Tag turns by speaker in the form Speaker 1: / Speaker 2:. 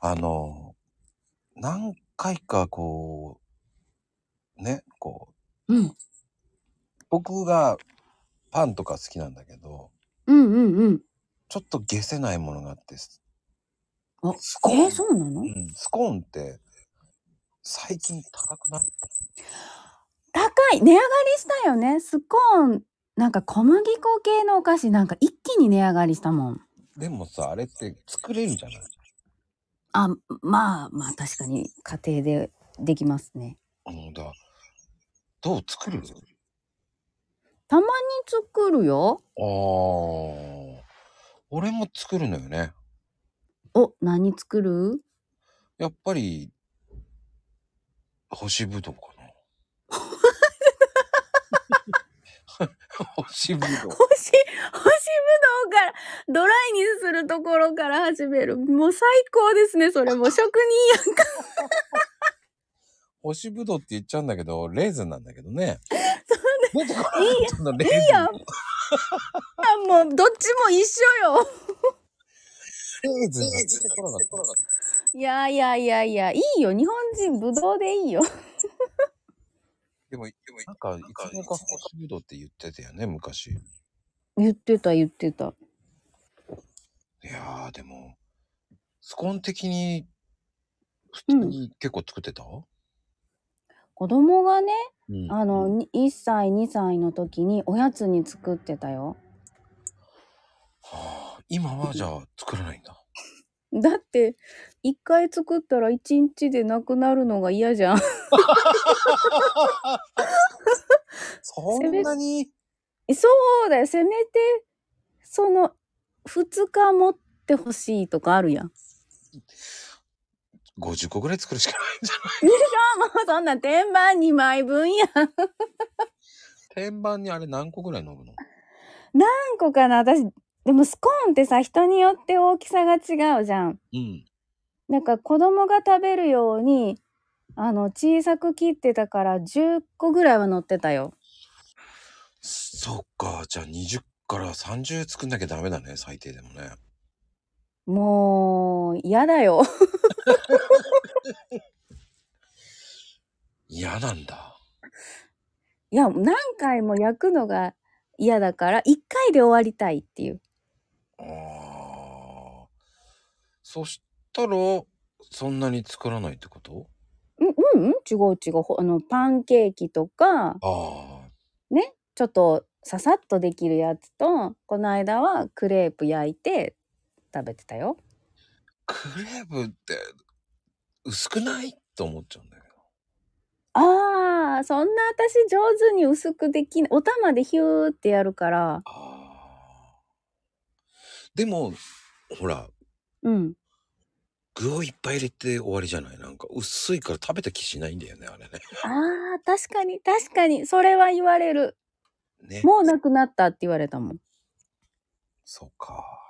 Speaker 1: あの、何回かこう、ね、こ
Speaker 2: うん。
Speaker 1: う、僕がパンとか好きなんだけど、
Speaker 2: うんうんうん。
Speaker 1: ちょっと解せないものがあって、ス
Speaker 2: あ、
Speaker 1: ス
Speaker 2: え
Speaker 1: コ
Speaker 2: え、
Speaker 1: ーン
Speaker 2: そうなの？
Speaker 1: うん、スコーンって最近高くない？
Speaker 2: 高い、値上がりしたよね。スコーン、なんか小麦粉系のお菓子、なんか一気に値上がりしたもん。
Speaker 1: でもさ、あれって作れるじゃない？
Speaker 2: あ、まあ、まあ、確かに家庭でできますね。
Speaker 1: あの、だどう作る？
Speaker 2: たまに作るよ。
Speaker 1: ああ、俺も作るのよね。
Speaker 2: お、何作る？
Speaker 1: やっぱり干しぶどうかな。干しぶど う。
Speaker 2: 干し干しぶどうからドライにするところから始める。もう最高ですね、 それもう職人やんか。
Speaker 1: 干しぶどうって言っちゃうんだけど、レーズンなんだけどね。
Speaker 2: そう
Speaker 1: 出てこな
Speaker 2: ね、い
Speaker 1: か
Speaker 2: い
Speaker 1: っ
Speaker 2: や
Speaker 1: たの、レ
Speaker 2: い
Speaker 1: ー
Speaker 2: い
Speaker 1: ズン。
Speaker 2: やん。あ、もうどっちも一緒よ。
Speaker 1: レーズンが出てこなかった。
Speaker 2: いやいやいやいや、いいよ。日本人ぶどうでいいよ。
Speaker 1: でも、なんかいつの間にか干しぶどうって言ってたよね、昔。い
Speaker 2: 言ってた言ってた。
Speaker 1: やー、でも、スコーン的に普
Speaker 2: う
Speaker 1: 通
Speaker 2: ん。
Speaker 1: に結構作ってた
Speaker 2: 子供がね、
Speaker 1: うん。
Speaker 2: あの、に1歳、2歳の時におやつに作ってたよ。
Speaker 1: はあ、今はじゃあ作らないんだ。
Speaker 2: だって、1回作ったら1日でなくなるのが嫌じゃ ん。
Speaker 1: そ
Speaker 2: せ
Speaker 1: ん
Speaker 2: め
Speaker 1: なに
Speaker 2: そうだよ。せめて、その、2日持ってほしいとかあるやん。
Speaker 1: 50個ぐらい作るしかないんじゃない
Speaker 2: でしょもう そんな天板2枚分やん。
Speaker 1: 天板にあれ何個ぐらい乗るの
Speaker 2: 何個かな私、でもスコーンってさ、人によって大きさが違うじゃん。
Speaker 1: うん。
Speaker 2: なんか子供が食べるようにあの小さく切ってたから10個ぐらいは乗ってたよ。
Speaker 1: そっか、じゃあ20から30作んなきゃダメだね、最低でもね。
Speaker 2: もう嫌だよ。
Speaker 1: 嫌なんだ。
Speaker 2: いや何回も焼くのが嫌だから1回で終わりたいっていう。
Speaker 1: ああ。そしたら、そんなに作らないってこと
Speaker 2: うんうんうん違う違うほあのパンケーキとか
Speaker 1: ああ。
Speaker 2: ねちょっとささっとできるやつとこの間はクレープ焼いて食べてたよ。
Speaker 1: クレープって薄くないと思っちゃうんだけど。
Speaker 2: あーそんな私上手に薄くできないお玉でヒューってやるから
Speaker 1: ああ。でも、ほら、
Speaker 2: うん
Speaker 1: 具をいっぱい入れて終わりじゃないなんか薄いから食べた気しないんだよね、あれね。
Speaker 2: ああ、確かに、確かに、それは言われる。
Speaker 1: ね。
Speaker 2: もうなくなったって言われたもん。
Speaker 1: そうか。